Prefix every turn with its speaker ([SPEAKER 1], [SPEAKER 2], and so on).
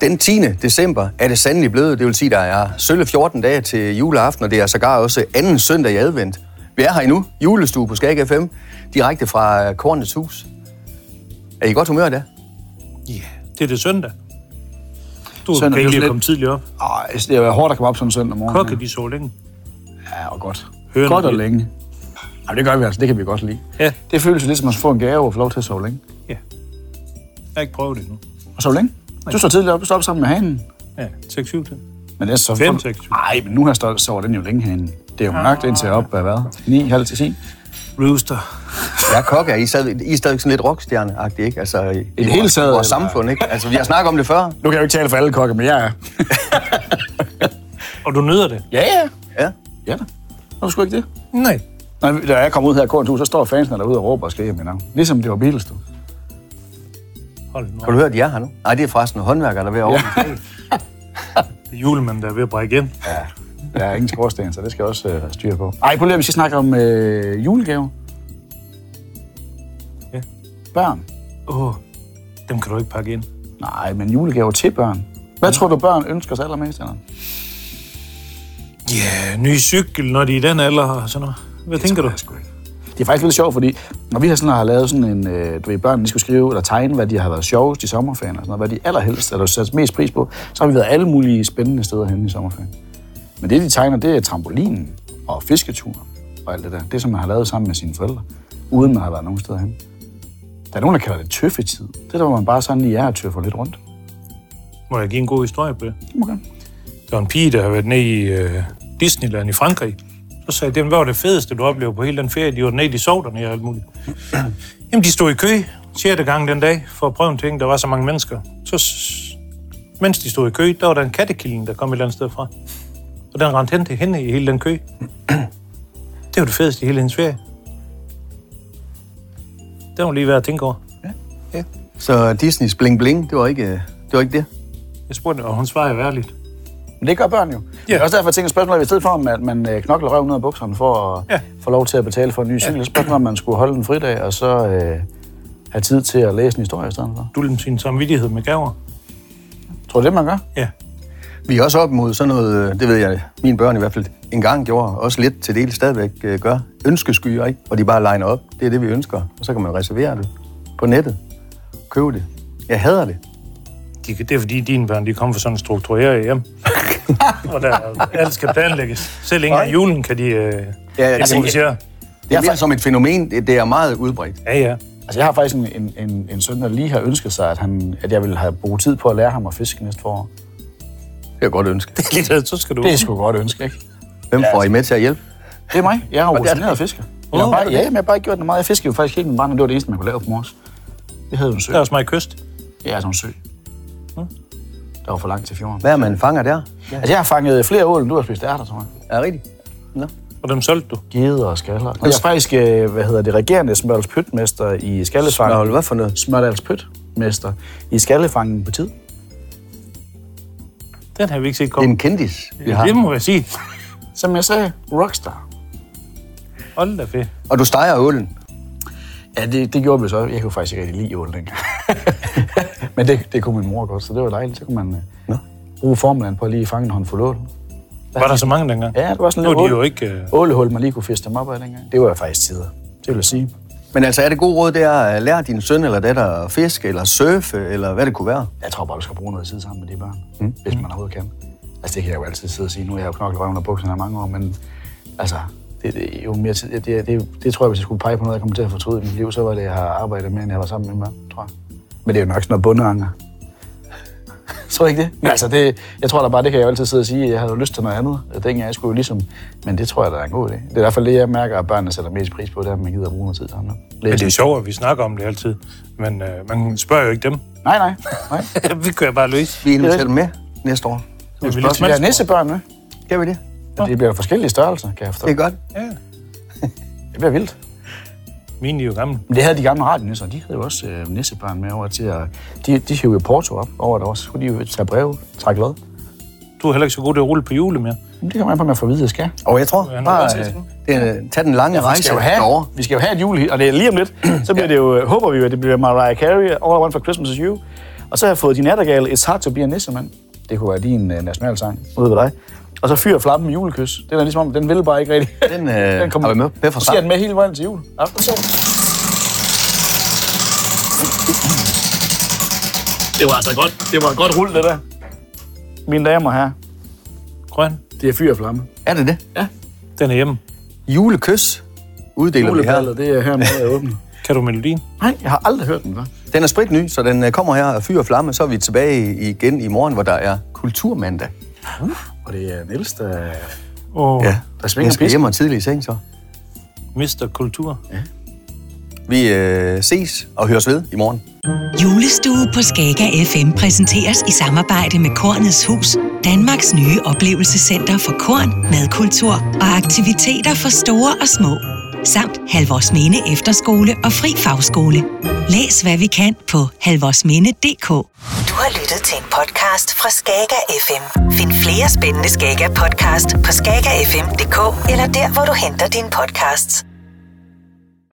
[SPEAKER 1] Den 10. december er det sandelig blevet. Det vil sige, der er sølle 14 dage til juleaften, og det er sågar også anden søndag i advent. Vi er her endnu, julestue på Skag FM, direkte fra Kornets Hus. Er I i godt humør i dag?
[SPEAKER 2] Ja.
[SPEAKER 3] Det er det søndag. Du
[SPEAKER 2] Søndag,
[SPEAKER 3] søndag,
[SPEAKER 2] det er
[SPEAKER 3] kan ikke
[SPEAKER 2] sådan
[SPEAKER 3] lige
[SPEAKER 2] lidt-
[SPEAKER 3] komme tidligt op.
[SPEAKER 2] Ej, det er hårdt at komme op sådan en søndag morgen.
[SPEAKER 3] Kokke, de så længe.
[SPEAKER 2] Ja, og godt.
[SPEAKER 3] Høner
[SPEAKER 2] godt og
[SPEAKER 3] lidt.
[SPEAKER 2] længe. Ej, det gør vi altså. Det kan vi godt lide.
[SPEAKER 3] Ja.
[SPEAKER 2] Det føles jo lidt som at få en gave og få lov til at sove længe.
[SPEAKER 3] ja. Jeg har ikke prøvet det endnu.
[SPEAKER 2] Og sove længe? Du står tidligt op. Du står op sammen med hanen.
[SPEAKER 3] Ja, 6-7 til.
[SPEAKER 2] Men det er så...
[SPEAKER 3] Fem, seks, syv.
[SPEAKER 2] Nej, men nu har stået, sover den jo længe hanen. Det er jo mørkt indtil op, hvad hvad? 9, halv til 10.
[SPEAKER 3] Rooster.
[SPEAKER 1] Jeg er kokke, er I, sad, I er stadig sådan lidt rockstjerne ikke? Altså, i, I
[SPEAKER 2] det hele
[SPEAKER 1] vores,
[SPEAKER 2] taget,
[SPEAKER 1] vores
[SPEAKER 2] eller?
[SPEAKER 1] samfund, ikke? Altså, vi har snakket om det før.
[SPEAKER 2] Nu kan jeg jo ikke tale for alle kokke, men jeg er...
[SPEAKER 3] Og du nyder det?
[SPEAKER 2] Ja, ja.
[SPEAKER 1] Ja.
[SPEAKER 2] Ja da. Nå, sgu ikke det.
[SPEAKER 3] Nej.
[SPEAKER 2] Når, når jeg kommer ud her af Kornhus, så står fansene derude og råber og skriger mit navn. Ligesom det var Beatles, du.
[SPEAKER 3] Hold nu.
[SPEAKER 1] Kan du høre, at de er her nu? Nej, det er forresten håndværkere, der er ved at ordne.
[SPEAKER 3] Det er julemanden, der er ved at brække ind.
[SPEAKER 2] Ja. Der er ingen skorsten, så det skal jeg også øh, have styr på. Ej, prøv lige, at vi skal snakke om øh, julegaver.
[SPEAKER 3] Ja.
[SPEAKER 2] Børn.
[SPEAKER 3] Åh, oh, dem kan du ikke pakke ind.
[SPEAKER 2] Nej, men julegaver til børn. Hvad tror du, børn ønsker sig allermest? Eller?
[SPEAKER 3] Ja, yeah, ny cykel, når de er i den alder og sådan noget. Hvad tænker du?
[SPEAKER 2] Det er faktisk lidt sjovt, fordi når vi har sådan har lavet sådan en, øh, du ved, børnene de skulle skrive eller tegne, hvad de har været sjovest i sommerferien og sådan noget, hvad de allerhelst eller sat mest pris på, så har vi været alle mulige spændende steder hen i sommerferien. Men det, de tegner, det er trampolinen og fisketuren og alt det der. Det, som man har lavet sammen med sine forældre, uden man har været nogen steder hen. Der er nogen, der kalder det tøffetid. Det er der, hvor man bare sådan lige er og tøffer lidt rundt.
[SPEAKER 3] Må jeg give en god historie på det?
[SPEAKER 2] Det må gerne.
[SPEAKER 3] Der var en pige, der havde været nede i øh, Disneyland i Frankrig. Så sagde jeg, "Jamen, hvad var det fedeste, du oplevede på hele den ferie? De var nede, de sov dernede og alt muligt. Jamen, de stod i kø 6. gang den dag for at prøve en ting. Der var så mange mennesker. Så s- mens de stod i kø, der var der en kattekilling, der kom et eller andet sted fra. Og den rendte hen til hende i hele den kø. Det var det fedeste i hele hendes ferie. Det var lige værd at tænke over.
[SPEAKER 1] Så Disneys Bling Bling, det var ikke det. Var ikke det. Jeg
[SPEAKER 3] Jeg spurgte, og hun svarede jo ærligt.
[SPEAKER 2] Men det gør børn jo. Ja. Det er også derfor, jeg tænker spørgsmålet, i stedet for, om at man øh, knokler røven ud af bukserne for at ja.
[SPEAKER 3] Ja.
[SPEAKER 2] få lov til at betale for en ny cykel, ja. spørgsmålet, om man skulle holde en fridag og så øh, have tid til at læse en historie i stedet for.
[SPEAKER 3] Dulden sin samvittighed med gaver.
[SPEAKER 2] Tror du, det man gør?
[SPEAKER 3] Ja,
[SPEAKER 1] Vi er også op mod sådan noget, øh, det ved jeg, mine børn i hvert fald engang gjorde, også lidt til del stadigvæk øh, gør, ønskeskyer, ikke? Og de bare liner op. Det er det, vi ønsker. Og så kan man reservere det på nettet. Købe det. Jeg hader det.
[SPEAKER 3] De, det er fordi, dine børn de kommer fra sådan en struktureret hjem. og der, alt skal planlægges. Selv ikke engang julen kan de øh,
[SPEAKER 1] ja,
[SPEAKER 3] ja,
[SPEAKER 1] det-
[SPEAKER 3] ja, improvisere.
[SPEAKER 1] Det er mere som et fænomen. Det det er meget udbredt.
[SPEAKER 3] Ja, ja.
[SPEAKER 2] Altså, jeg har faktisk en, en, en, en søn, der lige har ønsket sig, at, han, at jeg ville have brugt tid på at lære ham at fiske næste forår.
[SPEAKER 1] Det er godt ønske.
[SPEAKER 3] Lige der, så skal du...
[SPEAKER 2] Det er sgu godt ønske, ikke?
[SPEAKER 1] Hvem får I med til at hjælpe?
[SPEAKER 2] Det er mig. Jeg er jo
[SPEAKER 1] det er
[SPEAKER 2] rutineret fisker. Jeg har
[SPEAKER 3] Åh, er
[SPEAKER 2] bare,
[SPEAKER 3] du
[SPEAKER 2] ja, men jeg har bare ikke gjort det meget. Jeg fiskede jo faktisk ikke med barn, det var det eneste, man kunne lave på mors. Det havde jo en sø.
[SPEAKER 3] Der er også meget kyst.
[SPEAKER 2] Ja, altså en sø. Der var for langt til fjorden.
[SPEAKER 1] Hvad er man fanger der?
[SPEAKER 2] Altså, jeg har fanget flere ål, end du har spist ærter, tror jeg.
[SPEAKER 1] Er det rigtigt? Nå.
[SPEAKER 3] Og dem solgte du.
[SPEAKER 2] Geder og skaller. Jeg er faktisk, øh, hvad hedder det, regerende Smørdals Pytmester i
[SPEAKER 1] Nå,
[SPEAKER 2] Skallefang.
[SPEAKER 1] hvad for noget?
[SPEAKER 2] Smørdals Pytmester i Skallefangen på tid.
[SPEAKER 3] Den har vi ikke set
[SPEAKER 1] Det er en
[SPEAKER 3] komme.
[SPEAKER 1] kendis, vi
[SPEAKER 3] Ja, det
[SPEAKER 1] har.
[SPEAKER 3] må jeg sige.
[SPEAKER 2] Som jeg sagde, rockstar.
[SPEAKER 3] Hold da fedt.
[SPEAKER 1] Og du steger ålen.
[SPEAKER 2] Ja, det, det gjorde vi så. Jeg kunne faktisk ikke rigtig lide ål dengang. Men det, det kunne min mor godt, så det var dejligt. Så kunne man
[SPEAKER 1] Nå.
[SPEAKER 2] øh, bruge formelen på at lige fange en håndfuld ål.
[SPEAKER 3] Var der så mange dengang?
[SPEAKER 2] Ja, det var sådan
[SPEAKER 3] Nu
[SPEAKER 2] lidt
[SPEAKER 3] er de jo
[SPEAKER 2] ål,
[SPEAKER 3] ikke... Øh,
[SPEAKER 2] ålehul, man lige kunne fiske dem op af dengang. Det var faktisk tider. Det vil jeg sige.
[SPEAKER 1] Men altså, er det gode råd, det er at lære din søn eller datter at fiske, eller surfe, eller hvad det kunne være?
[SPEAKER 2] Jeg tror bare, du skal bruge noget tid sammen med de børn, mm. hvis man overhovedet kan. Altså, det kan jeg jo altid sidde og sige. Nu har jeg jo knoklet røven og bukserne i mange år, men altså, det, det er jo mere tid. Det, det, det, det, tror jeg, hvis jeg skulle pege på noget, jeg kommer til at fortryde i mit liv, så var det, jeg har arbejdet mere, end jeg var sammen med min mand, tror jeg. Men det er jo nok sådan noget bundeanger. tror du ikke det? Men altså, det, jeg tror da bare, det kan jeg jo altid sidde og sige, at jeg havde jo lyst til noget andet. Dengang jeg skulle jo ligesom, men det tror jeg, der er en god idé. Det er i hvert fald det, jeg mærker, at børnene sætter mest pris på, det er, at man gider at bruge noget tid sammen.
[SPEAKER 3] men det
[SPEAKER 2] Læse.
[SPEAKER 3] er sjovt, at vi snakker om det altid. Men øh, man spørger jo ikke dem.
[SPEAKER 2] Nej, nej, nej.
[SPEAKER 3] vi kører bare løs.
[SPEAKER 1] Vi inviterer dem med næste år.
[SPEAKER 3] Det er vi
[SPEAKER 2] Vi er nissebørn, ikke?
[SPEAKER 1] Gør vi det?
[SPEAKER 2] Og det bliver jo forskellige størrelser, kan jeg forstå.
[SPEAKER 1] Det er godt.
[SPEAKER 3] Ja.
[SPEAKER 2] Det bliver vildt.
[SPEAKER 3] Mine de er jo gamle.
[SPEAKER 2] Men det havde de gamle radionisser, de havde jo også øh, nissebørn med over til at... De, de hævde jo Porto op over det også. Så skulle de jo tage brev, trække lod.
[SPEAKER 3] Du er heller ikke så god til at rulle på jule mere.
[SPEAKER 2] Jamen, det kommer an på, at man får at vide, at jeg skal.
[SPEAKER 1] Og jeg tror
[SPEAKER 3] Ja, nu er
[SPEAKER 1] bare,
[SPEAKER 3] det
[SPEAKER 1] øh,
[SPEAKER 3] sådan.
[SPEAKER 1] det er, tag den lange
[SPEAKER 2] Vi
[SPEAKER 1] rejse
[SPEAKER 2] skal jo have,
[SPEAKER 1] derovre.
[SPEAKER 2] vi skal jo have et julehit, og det er lige om lidt. Så bliver det jo, øh, håber vi jo, at det bliver Mariah Carey, All I Want for Christmas is You. Og så har jeg fået din nattergale, It's Hard to be a Nisse, mand. Det kunne være din uh, nationalsang, ud ved dig. Og så fyr flammen med julekys. Den er ligesom om, den vil bare ikke rigtigt.
[SPEAKER 1] Den, øh, har vi med på fra
[SPEAKER 2] Så
[SPEAKER 1] start.
[SPEAKER 2] den med hele vejen til jul. Ja. Det var altså godt. Det var et godt rul, det der. Mine damer og herrer,
[SPEAKER 3] Grøn,
[SPEAKER 2] det er fyr og flamme.
[SPEAKER 1] Er det det?
[SPEAKER 3] den er hjemme.
[SPEAKER 1] Julekys uddeler vi her.
[SPEAKER 2] Julepallet, det er her med at åbne.
[SPEAKER 3] Kan du melodien?
[SPEAKER 2] Nej, jeg har aldrig hørt den, hva'?
[SPEAKER 1] Den er spritny, så den øh, kommer her og fyr og flamme. Så er vi tilbage igen i morgen, hvor der er kulturmandag.
[SPEAKER 2] Og det er Niels, der,
[SPEAKER 3] Og ja.
[SPEAKER 2] der svinger
[SPEAKER 1] Jeg skal
[SPEAKER 2] pisken.
[SPEAKER 1] hjem og tidlig i seng, så.
[SPEAKER 3] Mister Kultur.
[SPEAKER 1] Vi øh, ses og høres ved i morgen.
[SPEAKER 4] Julestue på Skaga FM præsenteres i samarbejde med Kornets Hus, Danmarks nye oplevelsescenter for korn, madkultur og aktiviteter for store og små. Samt Halvorsminde Efterskole og Fri Fagskole. Læs hvad vi kan på halvorsminde.dk.
[SPEAKER 5] Du har lyttet til en podcast fra Skager FM. Find flere spændende Skager podcast på skagerfm.dk eller der, hvor du henter dine podcasts.